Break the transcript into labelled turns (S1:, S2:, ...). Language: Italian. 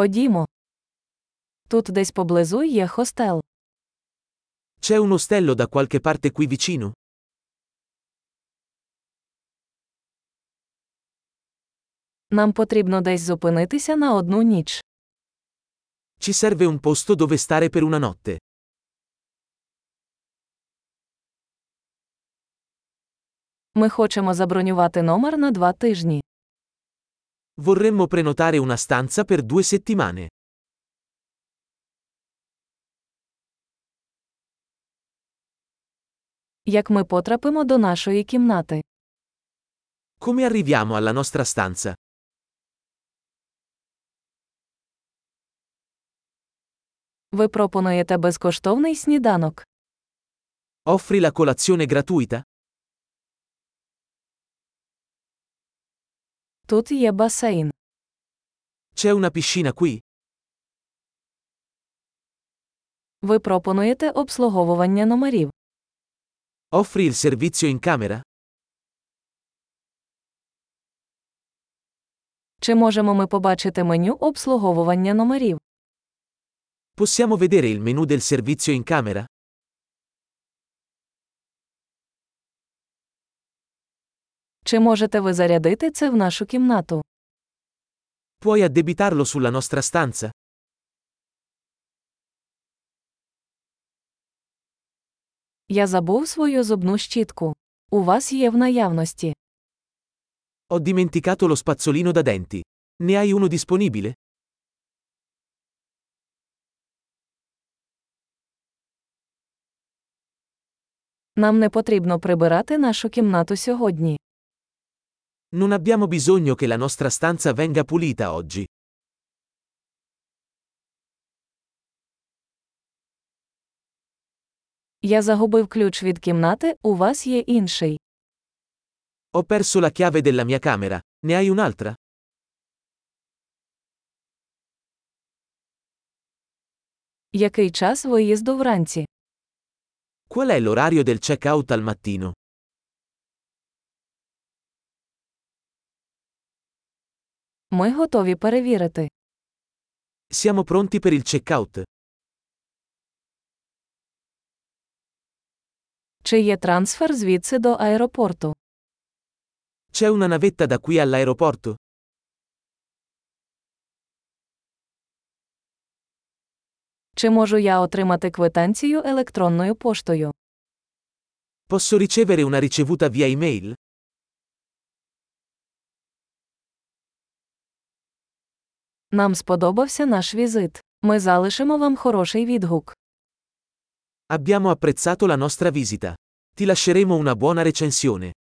S1: Ходімо. Тут десь поблизу є хостел.
S2: C'è un ostello da qualche parte qui vicino?
S1: Нам потрібно десь зупинитися на одну ніч.
S2: Ci serve un posto dove stare per una notte.
S1: Ми хочемо забронювати номер на два тижні.
S2: Vorremmo prenotare una stanza per due settimane.
S1: Як ми потрапимо до нашої кімнати?
S2: Come arriviamo alla nostra stanza?
S1: Ви пропонуєте безкоштовний сніданок.
S2: Offri la colazione gratuita?
S1: Тут є басейн.
S2: C'è una piscina qui?
S1: Ви пропонуєте обслуговування номерів.
S2: Offri il servizio in camera?
S1: Чи можемо ми побачити меню обслуговування номерів?
S2: Possiamo vedere il menu del servizio in camera?
S1: Чи можете ви зарядити це в нашу кімнату?
S2: Puoi addebitarlo sulla nostra stanza?
S1: Я забув свою зубну щітку. У вас є в наявності.
S2: Ho dimenticato lo spazzolino da denti. Ne hai uno disponibile?
S1: Нам не потрібно прибирати нашу кімнату сьогодні.
S2: Non abbiamo bisogno che la nostra stanza venga pulita oggi.
S1: Я загубив ключ від кімнати, у вас є інший.
S2: Ho perso la chiave della mia camera. Ne hai un'altra?
S1: Який час виїзду вранці?
S2: Qual è l'orario del check-out al mattino?
S1: Ми готові перевірити.
S2: Siamo pronti per il check-out.
S1: Чи є трансфер звідси до аеропорту?
S2: C'è una navetta da qui all'aeroporto?
S1: Чи можу я отримати квитанцію електронною поштою?
S2: Posso ricevere una ricevuta via email?
S1: Нам сподобався наш візит. Ми залишимо вам хороший відгук.
S2: Abbiamo apprezzato la nostra visita. Ti lasceremo una buona recensione.